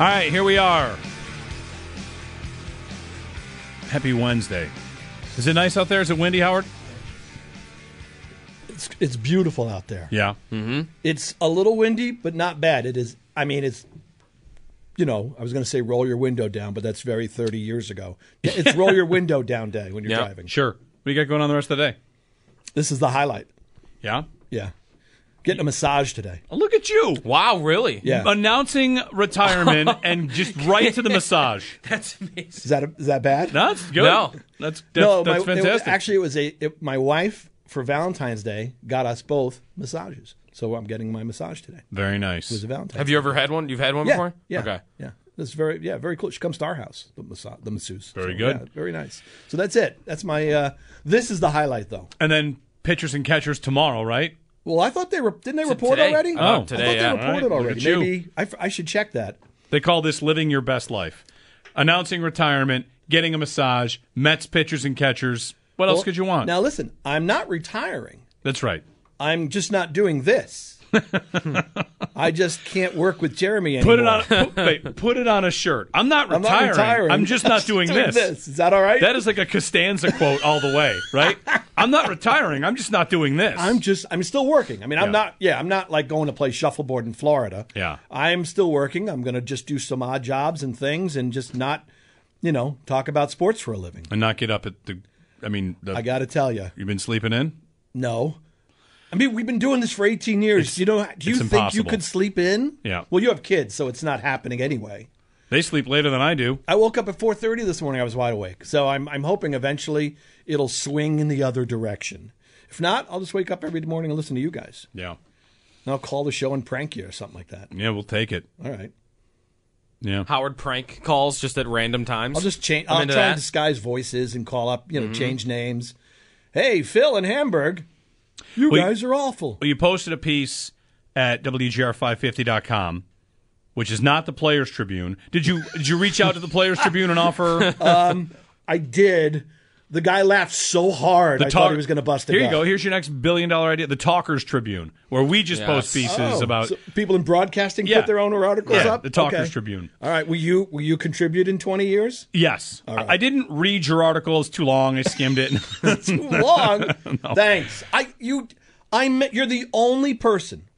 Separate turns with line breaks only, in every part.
All right, here we are. Happy Wednesday. Is it nice out there? Is it windy, Howard?
It's it's beautiful out there.
Yeah.
It's a little windy, but not bad. It is. I mean, it's. You know, I was going to say roll your window down, but that's very 30 years ago. It's roll your window down day when you're
Yeah.
driving.
Sure. What do you got going on the rest of the day?
This is the highlight.
Yeah.
Yeah. Getting a massage today.
Oh, Look at you.
Wow, really?
Yeah.
Announcing retirement and just right to the massage.
That's amazing.
Is that a, is that bad?
That's good.
No.
That's that's,
No,
that's
my, it-
fantastic.
actually, it was a it, my wife for Valentine's Day got us both massages, so I'm getting my massage today.
Very nice.
It's a Valentine's.
Have you ever had one? You've had one
yeah,
before?
Yeah.
Okay.
Yeah. That's very yeah very cool. She comes to our house, the, massa- the masseuse.
Very
So,
good.
yeah, very nice. So that's it. That's my. Uh, this is the highlight though.
and then pitchers and catchers tomorrow, right?
Well, I thought they re- didn't they report
today?
already?
Oh,
I thought
today,
they
yeah.
All right,
reported
look
already.
at you.
Maybe I, f- I should check that.
They call this living your best life. Announcing retirement, getting a massage, Mets pitchers and catchers. What else
Well,
could you want?
Now listen, I'm not retiring.
that's right.
I'm just not doing this. I just can't work with Jeremy anymore.
Put it on. Put, wait, put it on a shirt. I'm not
I'm
retiring.
not retiring.
I'm just not doing, this.
Is that all right?
That is like a Costanza quote all the way, right? I'm not retiring. I'm just not doing this.
I'm just I'm still working. I mean, I'm
Yeah.
not yeah, I'm not like going to play shuffleboard in Florida.
Yeah.
I'm still working. I'm going to just do some odd jobs and things and just not, you know, talk about sports for a living.
and not get up at the. I mean, the,
I got to tell you.
you've been sleeping in.
No. I mean, we've been doing this for 18 years. you know, do you
it's
think
impossible.
you could sleep in?
Yeah.
Well, you have kids, so it's not happening anyway.
They sleep later than I do.
I woke up at 4:30 this morning. I was wide awake. So I'm I'm hoping eventually it'll swing in the other direction. If not, I'll just wake up every morning and listen to you guys.
Yeah.
And I'll call the show and prank you or something like that.
Yeah, we'll take it.
All right.
Yeah.
Howard prank calls just at random times.
I'll just change.
I'm
I'll
into
try
that.
and disguise voices and call up,
Mm-hmm.
you know, change names. Hey, Phil in Hamburg, you
Well, you-
guys are awful.
Well, you posted a piece at WGR550.com, which is not the Players Tribune. Did you did you reach out to the Players Tribune and offer
I did. The guy laughed so hard, I thought
talk-
he was going to bust it.
Here you
up.
go. Here's your next billion dollar idea: the Talkers Tribune, where we just post
Yes.
pieces
Oh,
about
so people in broadcasting
Yeah.
put their own articles
Yeah,
up.
the Talkers
Okay.
Tribune.
All right, will you will you contribute in twenty years?
yes. I, I didn't read your article; it's too long. I skimmed it.
Too long. Thanks. I you I met, you're the only person.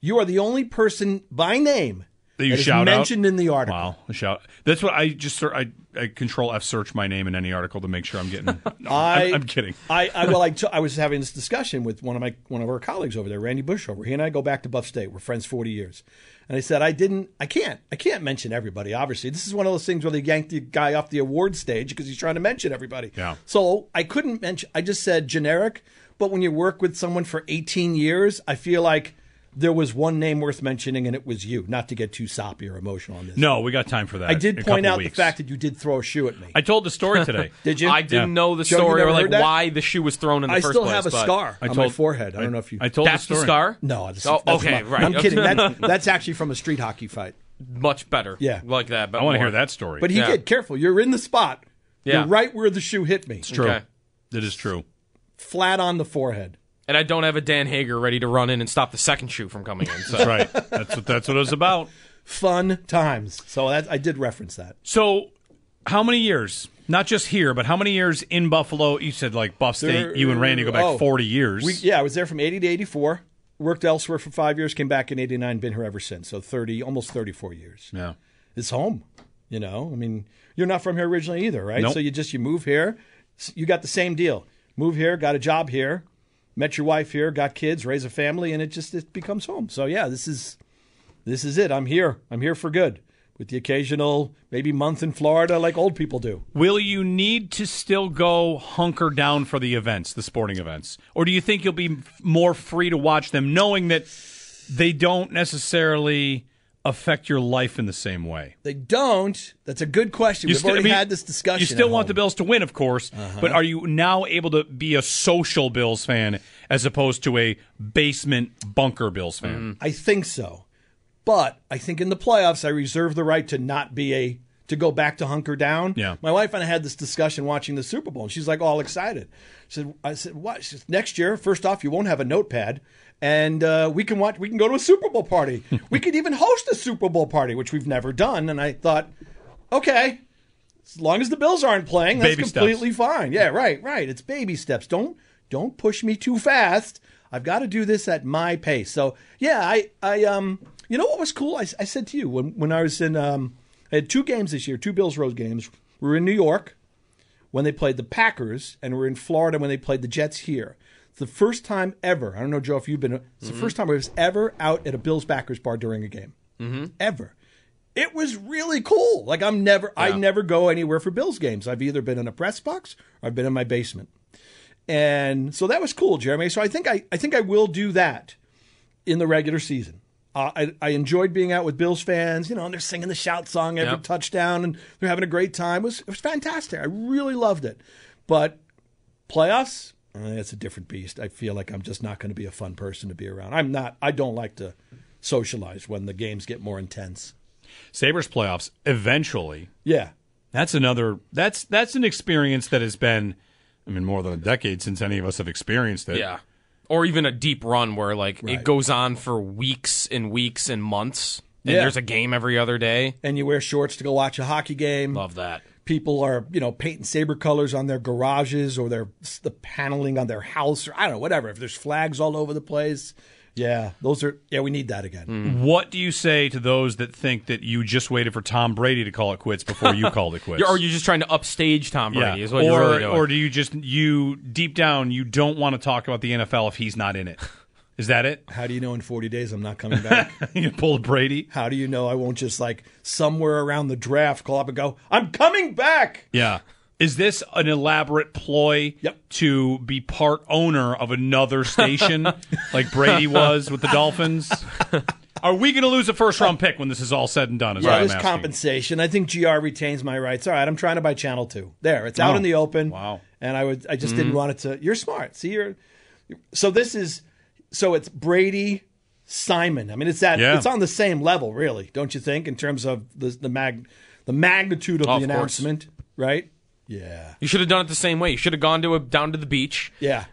You are the only person by name
That you
is
shout out?
mentioned in the article.
wow, a shout! That's what I just ser- I, I control F search my name in any article to make sure I'm getting. No,
I,
I'm, I'm kidding.
I, I well, I, t- I was having this discussion with one of my one of our colleagues over there, Randy Bushover. He and I go back to Buff State. We're friends forty years, and I said I didn't, I can't, I can't mention everybody. Obviously, this is one of those things where they yanked the guy off the award stage because he's trying to mention everybody.
Yeah.
So I couldn't mention. I just said generic. But when you work with someone for eighteen years, I feel like there was one name worth mentioning, and it was you. Not to get too soppy or emotional on this.
No, we got time for that.
I
in
did
a
point
couple
out
weeks.
the fact that you did throw a shoe at me.
I told the story today.
did you?
I didn't
Yeah.
know the
Joe, you
story or
never
like
heard that?
why the shoe was thrown in
I
the first
still
place.
have a
but-
scar
I
on my
told-
forehead. I, don't know if you.
I told
That's
the
the,
story.
scar.
No, this,
oh,
that's
okay,
my-
right.
I'm kidding. That, that's actually from a street hockey fight.
much better.
Yeah.
like that. But
I want to
more.
hear that story.
But he
Yeah.
did. Careful, you're in the spot.
Yeah.
You're right where the shoe hit me.
True.
Okay.
That is true.
Flat on the forehead.
And I don't have a Dan Hager ready to run in and stop the second shoe from coming in. So.
That's right. that's what that's what it was about.
Fun times. So that I did reference that.
So, how many years? Not just here, but how many years in Buffalo? You said like Buff State.
There-
you and Randy go back
oh.
forty years.
We, yeah, I was there from 80 to 84. Worked elsewhere for five years. Came back in 89. Been here ever since. So 30, almost 34 years.
yeah.
It's home. You know, I mean, you're not from here originally either, right?
Nope.
So you just you move here. S- You got the same deal. Move here, got a job here, met your wife here, got kids, raise a family, and it just it becomes home. So yeah, this is this is it. I'm here. I'm here for good. with the occasional maybe month in Florida like old people do.
Will you need to still go hunker down for the events, the sporting events? Or do you think you'll be f- more free to watch them knowing that they don't necessarily affect your life in the same way?
They don't. That's a good question.
You
We've
still- I
already
mean,
had this discussion.
You still
at
want the
home. Uh-huh.
Bills to win, of course, but are you now able to be a social Bills fan as opposed to a basement bunker Bills fan?
I think so. But I think in the playoffs, I reserve the right to not be a to go back to hunker down.
Yeah.
My wife and I had this discussion watching the Super Bowl, and she's like all excited. She said, "I said what? She said, Next year, first off, you won't have a notepad, and uh, we can watch. We can go to a Super Bowl party. we could even host a Super Bowl party, which we've never done." And I thought, okay, as long as the Bills aren't playing, that's
Baby steps.
completely fine. Yeah, right, right. It's baby steps. Don't don't push me too fast. I've got to do this at my pace. So yeah, I I um you know what was cool? I, s- I said to you when when I was in um I had two games this year, two Bills road games. We were in New York when they played the Packers, and we were in Florida when they played the Jets here. It's the first time ever. I don't know, Joe, if you've been. It's the
Mm-hmm.
first time I was ever out at a Bills Packers bar during a game, mm-hmm. ever. It was really cool. Like I'm never, I never go anywhere for Bills games. I've either been in a press box or I've been in my basement, and so that was cool, Jeremy. So I think I, I think I will do that in the regular season. Uh, I, I enjoyed being out with Bills fans, you know, and they're singing the shout song every
Yep.
touchdown, and they're having a great time. It was it was fantastic. I really loved it. But playoffs, uh, that's a different beast. I feel like I'm just not going to be a fun person to be around. I'm not. I don't like to socialize when the games get more intense.
Sabres playoffs, eventually.
Yeah,
That's another that's that's an experience that has been I mean more than a decade since any of us have experienced it.
Yeah. Or even a deep run where like it goes on for weeks and weeks and months and
Yeah.
there's a game every other day.
and you wear shorts to go watch a hockey game.
Love that.
people are you know painting saber colors on their garages or their the paneling on their house or I don't know whatever. If there's flags all over the place, yeah, those are yeah we need that again.
What do you say to those that think that you just waited for Tom Brady to call it quits before you called it quits?
You're, or you're just trying to upstage Tom
Yeah.
Brady is what
or,
you're really doing.
or do you just you deep down you don't want to talk about the NFL if he's not in it? Is that it?
How do you know in 40 days I'm not coming back?
you pulled Brady?
How do you know I won't just like somewhere around the draft call up and go I'm coming back?
Yeah. Is this an elaborate ploy
Yep.
to be part owner of another station like Brady was with the Dolphins? Are we going to lose a first round pick when this is all said and done? Is
Yeah,
what I'm
there's
asking.
compensation. I think GR retains my rights. All right, I'm trying to buy Channel Two. There, it's out in the open.
Wow. Mm-hmm.
And I would, I just didn't want it to. You're smart. See, you're. So this is, so it's Brady, Simon. I mean, it's that.
Yeah.
It's on the same level, really, don't you think? In terms of the the mag, the magnitude of,
Oh,
Of
the
course.
announcement, right? Yeah.
You should have done it the same way. You should have gone to a down to the beach.
Yeah.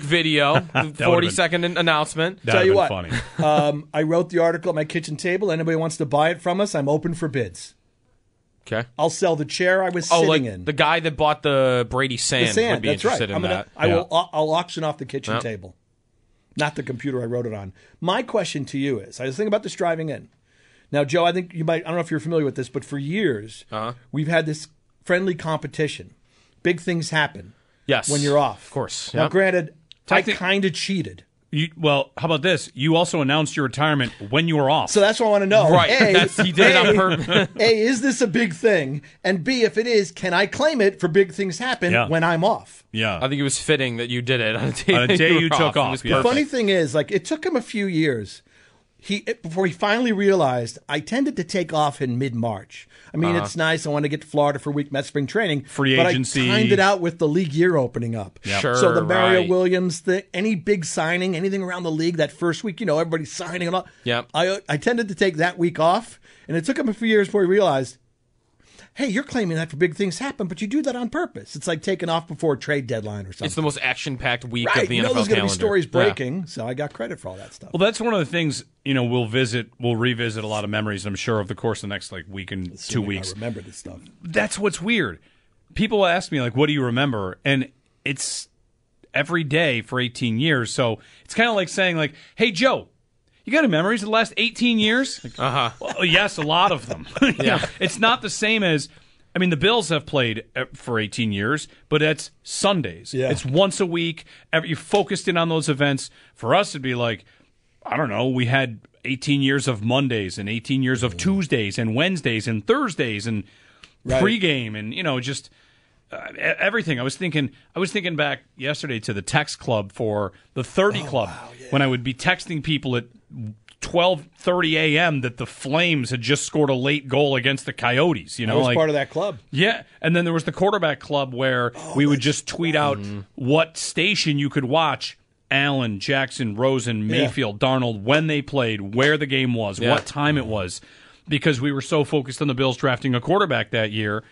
video,
would've been-
40 second an- announcement.
That would've
Tell you
been
what.
funny.
um, I wrote the article at my kitchen table. Anybody wants to buy it from us? I'm open for bids.
Okay.
I'll sell the chair I was
Oh,
sitting
like
in.
the guy that bought the Brady sand, would be
that's
interested
right.
in
I'm gonna,
that.
I
Yeah.
will. I'll, I'll auction off the kitchen
Yeah.
table, not the computer I wrote it on. My question to you is: I was thinking about this driving in. Now, Joe, I think you might. I don't know if you're familiar with this, but for years
Uh-huh.
we've had this friendly competition. Big things happen
yes.
when you're off.
Of course.
Now,
Yep.
granted, I
Technic-
kind of cheated,
You, well, how about this? You also announced your retirement when you were off.
so that's what I want to know.
Right.
A,
That's- he did it on purpose.
A, is this a big thing? And B, if it is, can I claim it for big things happen
Yeah.
when I'm off?
yeah.
I think it was fitting that you did it on a day,
On a day
were
you took
It
off,
was
yeah.
perfect.
Funny thing is, like it took him a few years. He it- before he finally realized I tended to take off in mid March. I mean, it's
Uh-huh.
nice. I want to get to Florida for a week Met spring training.
Free
but
agency.
I timed it out with the league year opening up.
Sure,
so the Mario
right.
Williams, the any big signing, anything around the league that first week, you know, everybody's signing and all.
Yep.
I I tended to take that week off, and it took him a few years before he realized. Hey, you're claiming that for big things happen, but you do that on purpose. It's like taking off before a trade deadline or something.
It's the most action packed week
Right.
of the
you
NFL
know there's gonna
calendar.
be stories
Yeah.
breaking, so I got credit for all that stuff.
Well, that's one of the things you know. We'll visit, we'll revisit a lot of memories. I'm sure over the course of the next like week and two
Assuming
weeks.
I remember this stuff.
That's what's weird. People ask me like, "What do you remember?" And it's every day for 18 years. So it's kind of like saying like, "Hey, Joe." You got any memories of the last 18 years? uh huh. Well, yes, a lot of them. yeah. It's not the same as, I mean, the Bills have played uh, for 18 years, but it's Sundays.
Yeah.
It's once a week. Every, you focused in on those events. For us, it'd be like, I don't know, we had 18 years of Mondays and 18 years
Mm.
of Tuesdays and Wednesdays and Thursdays and
Right.
pregame and you know just uh, e- everything. I was thinking I was thinking back yesterday to the text club for the 30
Oh,
club when I would be texting people at 12:30 a.m. that the Flames had just scored a late goal against the Coyotes, you
I
know,
was
like
part of that club.
yeah, and then there was the quarterback club where we would just tweet out what station you could watch Allen, Jackson, Rosen, Mayfield, Darnold, when they played, where the game was, what time it was, because we were so focused on the Bills drafting a quarterback that year.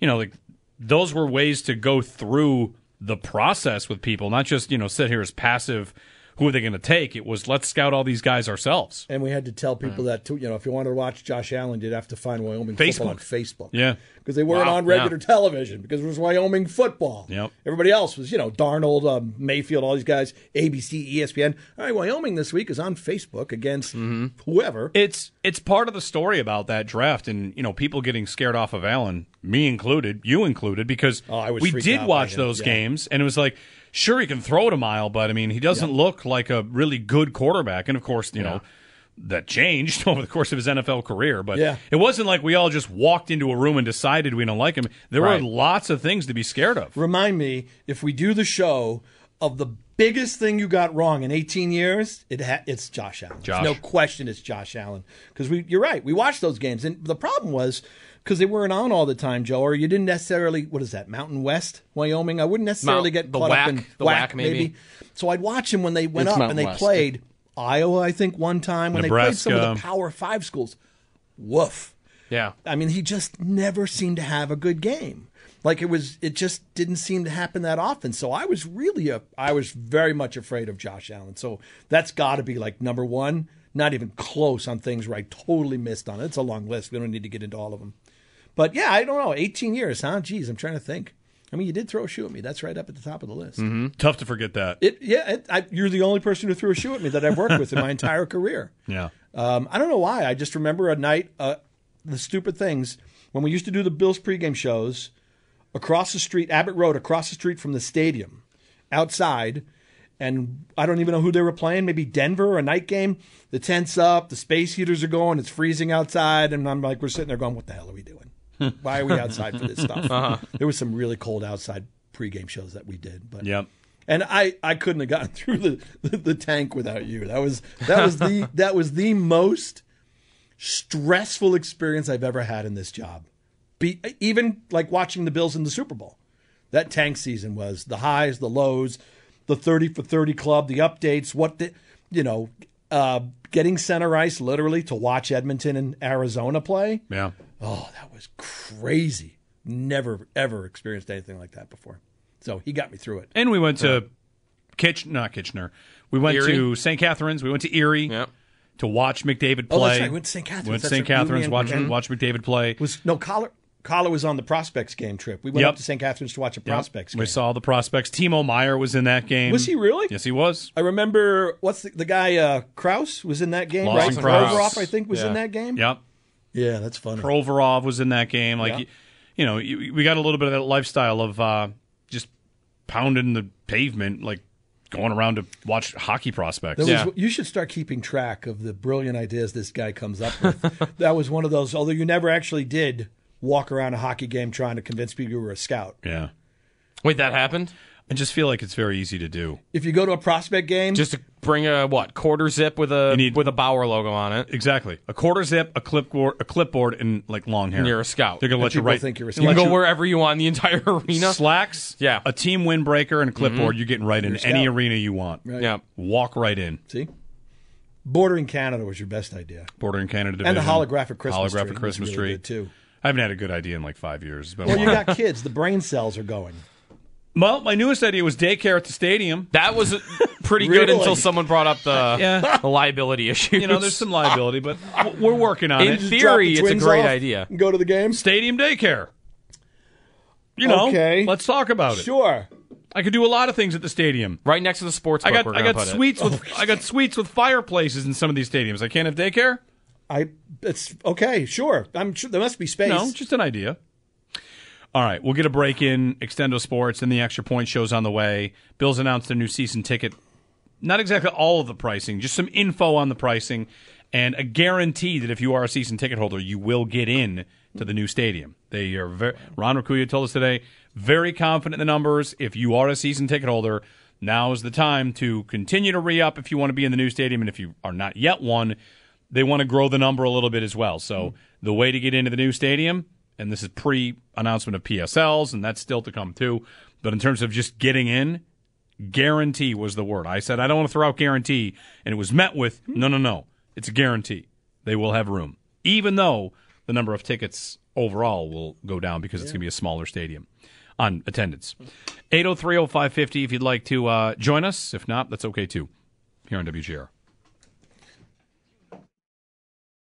You know, like those were ways to go through the process with people, not just, you know, sit here as passive. Who are they going to take? It was let's scout all these guys ourselves.
And we had to tell people that too. You know, if you wanted to watch Josh Allen, you'd have to find Wyoming football on Facebook.
Yeah.
because they weren't
Wow,
on regular
yeah.
television because it was Wyoming football.
Yep.
Everybody else was, you know, Darnold, um, Mayfield, all these guys, ABC, ESPN. All right, Wyoming this week is on Facebook against whoever.
It's it's part of the story about that draft, and you know people getting scared off of Allen, me included, you included, because
Oh, I was
we
freaked out
did
by
watch
him,
those
yeah.
games, and it was like, sure he can throw it a mile, but I mean he doesn't look like a really good quarterback, and of course you know that changed over the course of his NFL career, but
Yeah.
it wasn't like we all just walked into a room and decided we don't like him. There
Right.
were lots of things to be scared of.
Remind me if we do the show of the biggest thing you got wrong in 18 years. It ha- it's Josh Allen. There's
Josh.
No question, it's Josh Allen because we. You're right. We watched those games, and the problem was. Because they weren't on all the time, Joe, or you didn't necessarily. What is that? Mountain West, Wyoming. I wouldn't necessarily get
the
caught
whack-
up in
the whack, maybe.
So I'd watch them when they went
It's
up
Mountain
and they
West.
played Iowa, I think, one time when they played some of the
Nebraska.
Power Five schools. Woof.
Yeah.
I mean, he just never seemed to have a good game. Like it was, it just didn't seem to happen that often. So I was really, a, I was very much afraid of Josh Allen. So that's got to be like number one. Not even close on things where I totally missed on it. It's a long list. We don't need to get into all of them. But yeah, I don't know. 18 years, huh? Geez, I'm trying to think. I mean, you did throw a shoe at me. That's right up at the top of the list.
Tough to forget that.
It, yeah, it, I, you're the only person who threw a shoe at me that I've worked with in my entire career.
yeah,
Um, I don't know why. I just remember a night, uh, the stupid things when we used to do the Bills pregame shows across the street, Abbott Road, across the street from the stadium, outside. And I don't even know who they were playing. Maybe Denver, a night game. The tents up, the space heaters are going. It's freezing outside, and I'm like, we're sitting there going, "What the hell are we doing? Why are we outside for this stuff?" There was some really cold outside pregame shows that we did, but
Yep.
and I, I couldn't have gotten through the, the, the tank without you. That was that was the that was the most stressful experience I've ever had in this job. Be, even like watching the Bills in the Super Bowl. That tank season was the highs, the lows, the 30 for 30 club, the updates, what the you know, uh, getting center ice literally to watch Edmonton and Arizona play.
yeah.
Oh, that was crazy. Never ever experienced anything like that before. So he got me through it.
And we went to Kitch, not Kitchener. We went to
Erie.
St. Catharines. We went to Erie
Yep.
to watch McDavid play.
Oh, that's right. We went to St. Catharines.
Went to
That's
St.
right. We were
Catharines.
in-
Watch, watch McDavid play.
was no collar collar was on the prospects game trip. We went
Yep.
up to St. Catharines to watch a prospects
we
game.
saw the prospects. Timo Meyer was in that game.
Was he really?
Yes, he was.
I remember what's the, the guy uh, Kraus was in that game,
Lawson
right?
Kraus.
Provorov, I think, was in that game.
Yep.
Yeah, that's funny.
Provorov was in that game. Like, you, you know, you, we got a little bit of that lifestyle of uh, just pounding the pavement, like going around to watch hockey prospects.
There was-
Yeah.
you should start keeping track of the brilliant ideas this guy comes up with. that was one of those, although you never actually did walk around a hockey game trying to convince people you were a scout.
yeah.
Wait, that happened?
I just feel like it's very easy to do.
If you go to a prospect game,
Just to bring a what quarter zip with a
need-
with a Bauer logo on it.
Exactly. A quarter zip, a clipboard, a clipboard, and like long hair.
And you're a scout.
They're gonna let you
people
write.
think you're a
You can
Let
go
you-
wherever you want in the entire arena.
slacks,
Yeah. Mm-hmm.
a team windbreaker, and a clipboard. You're getting right in any arena you want.
yeah.
Walk right in.
see, bordering Canada was your best idea,
Border in Canada division.
and the holographic Christmas
holographic
tree was
Christmas
really
tree.
good, too.
I haven't had a good idea in like five years. It's been a
Well, you
while.
got kids. The brain cells are going.
well, my newest idea was daycare at the stadium.
That was pretty good
Really?
until someone brought up the,
Yeah.
the liability issues.
You know, there's some liability, but w- we're working on
In
it.
theory,
Drop the
it's a
twins
great
off
idea.
and Go to the games.
Stadium daycare. You know,
Okay.
let's talk about it.
Sure.
I could do a lot of things at the stadium.
right next to the sports
I
book
got
we're
I
gonna
got
put it. Oh,
suites with I got suites with fireplaces in some of these stadiums. I can't have daycare.
I. It's okay. Sure. I'm sure there must be space.
No, just an idea. All right, we'll get a break in Extendo Sports and the Extra Point shows on the way. Bills announced their new season ticket not exactly all of the pricing, just some info on the pricing, and a guarantee that if you are a season ticket holder, you will get in to the new stadium. They are very, Ron Rakuya told us today, very confident in the numbers. If you are a season ticket holder, now is the time to continue to re up if you want to be in the new stadium, and if you are not yet one, they want to grow the number a little bit as well. So the way to get into the new stadium, and this is pre announcement of PSLs, and that's still to come too. But in terms of just getting in, guarantee was the word. I said, I don't want to throw out guarantee. And it was met with, no, no, no. It's a guarantee. They will have room, even though the number of tickets overall will go down because it's going to be a smaller stadium on attendance. 8030550 if you'd like to uh, join us. If not, that's okay too here on WGR.